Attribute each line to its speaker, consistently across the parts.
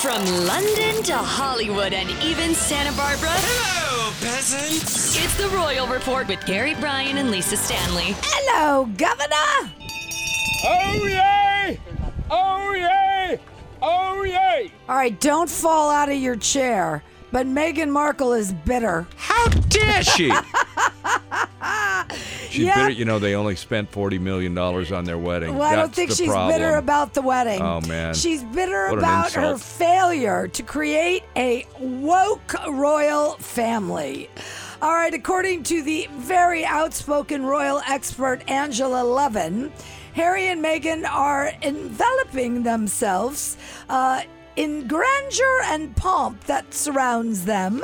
Speaker 1: From London to Hollywood and even Santa Barbara.
Speaker 2: Hello, peasants.
Speaker 1: It's the Royal Report with Gary Bryan and Lisa Stanley.
Speaker 3: Hello, Governor.
Speaker 4: Oh yay! Oh yay! Oh yay!
Speaker 3: All right, don't fall out of your chair. But Meghan Markle is bitter.
Speaker 2: How dare she? she's
Speaker 3: Yeah.
Speaker 2: bitter. You know, they only spent forty million dollars on their wedding.
Speaker 3: Well, I don't
Speaker 2: That's
Speaker 3: think
Speaker 2: the
Speaker 3: she's
Speaker 2: problem.
Speaker 3: bitter about the wedding.
Speaker 2: Oh, man.
Speaker 3: She's bitter
Speaker 2: What an
Speaker 3: about her
Speaker 2: insult.
Speaker 3: failure to create a woke royal family. All right, according to the very outspoken royal expert Angela Levin, Harry and Meghan are enveloping themselves uh, in grandeur and pomp that surrounds them.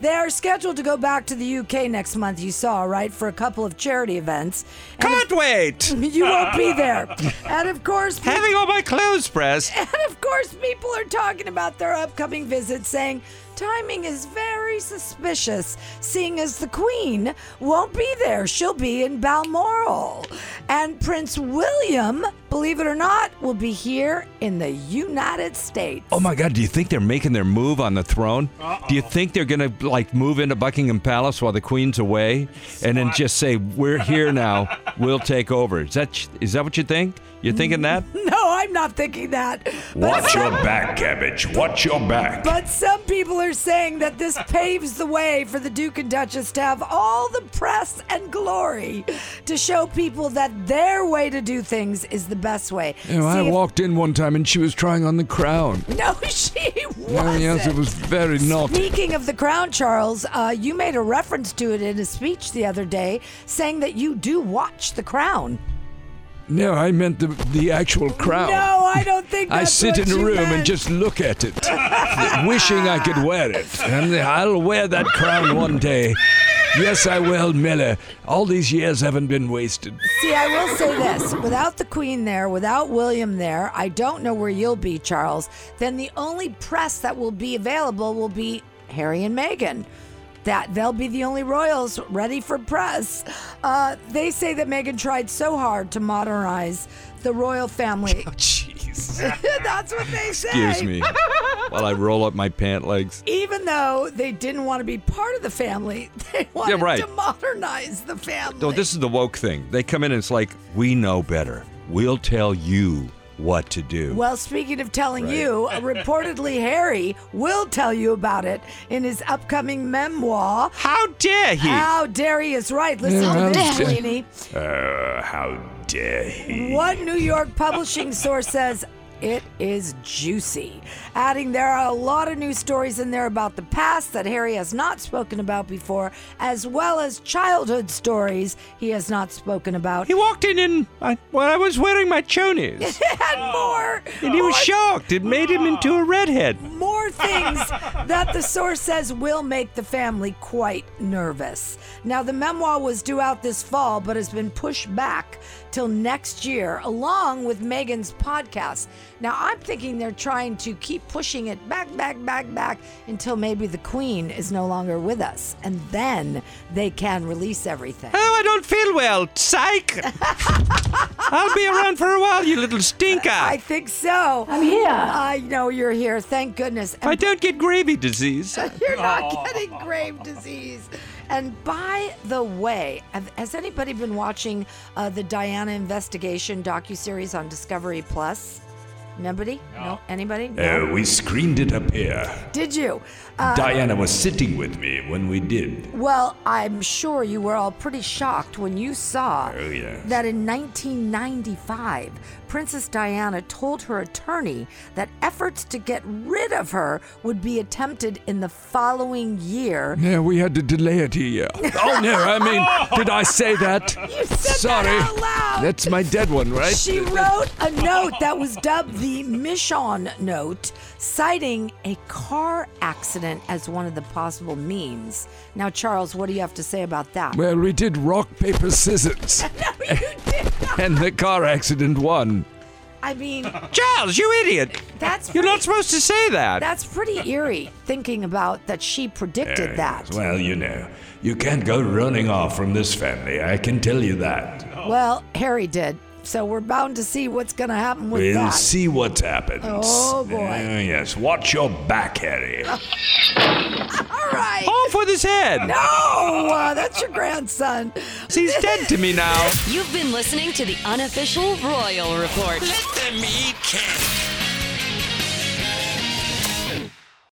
Speaker 3: They are scheduled to go back to the UK next month, you saw, right, for a couple of charity events. And
Speaker 2: Can't wait.
Speaker 3: you won't be there. And of course, pe-
Speaker 2: Having all my clothes pressed.
Speaker 3: and of course, people are talking about their upcoming visit, saying timing is very suspicious, seeing as the Queen won't be there. She'll be in Balmoral, and Prince William, believe it or not, will be here in the United States.
Speaker 2: Oh my God! Do you think they're making their move on the throne? Do you think they're gonna like move into Buckingham Palace while the Queen's away, and then just say we're here now, we'll take over? Is that is that what you think? You're thinking that?
Speaker 3: No, I'm not thinking that. But
Speaker 5: Watch your
Speaker 3: some-
Speaker 5: back, cabbage. Watch your back.
Speaker 3: But some people are saying that this paves the way for the Duke and Duchess to have all the press and glory to show people that their way to do things is the best way.
Speaker 6: You know, I
Speaker 3: See if-
Speaker 6: walked in one time and she was trying on the crown.
Speaker 3: no, she
Speaker 6: Oh,
Speaker 3: wasn't.
Speaker 6: yes, it was very naughty.
Speaker 3: Speaking of the crown, Charles, uh, you made a reference to it in a speech the other day, saying that you do watch the crown.
Speaker 6: No, I meant the the actual crown.
Speaker 3: No, I don't think.
Speaker 6: I
Speaker 3: That's
Speaker 6: sit
Speaker 3: what
Speaker 6: in a
Speaker 3: you
Speaker 6: room and
Speaker 3: meant.
Speaker 6: just look at it, wishing I could wear it. And I'll wear that crown one day. Yes, I will, Miller. All these years haven't been wasted.
Speaker 3: See, I will say this without the Queen there, without William there, I don't know where you'll be, Charles. Then the only press that will be available will be Harry and Meghan. That they'll be the only royals ready for press. Uh, they say that Meghan tried so hard to modernize the royal family.
Speaker 2: Oh,
Speaker 6: Jeez.
Speaker 3: That's what they say.
Speaker 2: Excuse me. While I roll up my pant legs.
Speaker 3: Even though they didn't want to be part of the family, they wanted
Speaker 2: right.
Speaker 3: to modernize the family.
Speaker 2: No, this is the woke thing. They come in and it's like, we know better. We'll tell you what to do.
Speaker 3: Well, speaking of telling
Speaker 2: Right.
Speaker 3: you, uh, reportedly Harry will tell you about it in his upcoming memoir.
Speaker 2: How dare he?
Speaker 3: How dare he is right. Listen
Speaker 6: Yeah,
Speaker 3: to this,
Speaker 6: how dare-
Speaker 3: Sweeney.
Speaker 5: Uh, how dare he?
Speaker 3: One New York publishing source says it is juicy, adding there are a lot of news stories in there about the past that Harry has not spoken about before, as well as childhood stories he has not spoken about.
Speaker 2: he walked in and I, well, I was wearing my chonies.
Speaker 3: and more.
Speaker 2: and he was
Speaker 3: more
Speaker 2: shocked. It made him into a redhead.
Speaker 3: more things that the source says will make the family quite nervous. Now, the memoir was due out this fall, but has been pushed back till next year, along with Megan's podcast. Now, I'm thinking they're trying to keep pushing it back, back, back, back until maybe the Queen is no longer with us, and then they can release everything.
Speaker 2: Oh, I don't feel well. Psych. I'll be around for a while, you little stinker.
Speaker 3: I think so. I'm here. I know you're here. Thank goodness.
Speaker 2: I
Speaker 3: And
Speaker 2: don't get gravy disease.
Speaker 3: You're not getting grave disease. And by the way, have- has anybody been watching uh, the Diana investigation docuseries on Discovery Plus? Nobody? No. Anybody? No.
Speaker 5: Uh, we screened it up here.
Speaker 3: Did you? Uh,
Speaker 5: Diana was sitting with me when we did.
Speaker 3: well, I'm sure you were all pretty shocked when you saw
Speaker 5: Oh, yes.
Speaker 3: that in 1995, Princess Diana told her attorney that efforts to get rid of her would be attempted in the following year.
Speaker 6: Yeah, we had to delay it a year. Oh no, I mean, did I say that?
Speaker 3: You said that
Speaker 6: Sorry.
Speaker 3: out loud.
Speaker 6: That's my dead one, right?
Speaker 3: She wrote a note that was dubbed the Michon note, citing a car accident as one of the possible means. Now, Charles, what do you have to say about that?
Speaker 6: Well, we did rock paper scissors,
Speaker 3: no, you did not.
Speaker 6: and the car accident won.
Speaker 3: I mean,
Speaker 2: Charles, you idiot!
Speaker 3: that's
Speaker 2: You're
Speaker 3: pretty,
Speaker 2: not supposed to say that.
Speaker 3: that's pretty eerie thinking about that she predicted that.
Speaker 5: Well, you know, you can't go running off from this family. I can tell you that.
Speaker 3: Well, Harry did. So we're bound to see what's going to happen with
Speaker 5: We'll
Speaker 3: that.
Speaker 5: see what happens.
Speaker 3: Oh, boy.
Speaker 5: Oh, yes, watch your back, Harry.
Speaker 3: All right.
Speaker 2: Off with his head.
Speaker 3: No, uh, that's your grandson.
Speaker 2: He's dead to me now.
Speaker 1: You've been listening to the unofficial Royal Report.
Speaker 7: Let them eat cake.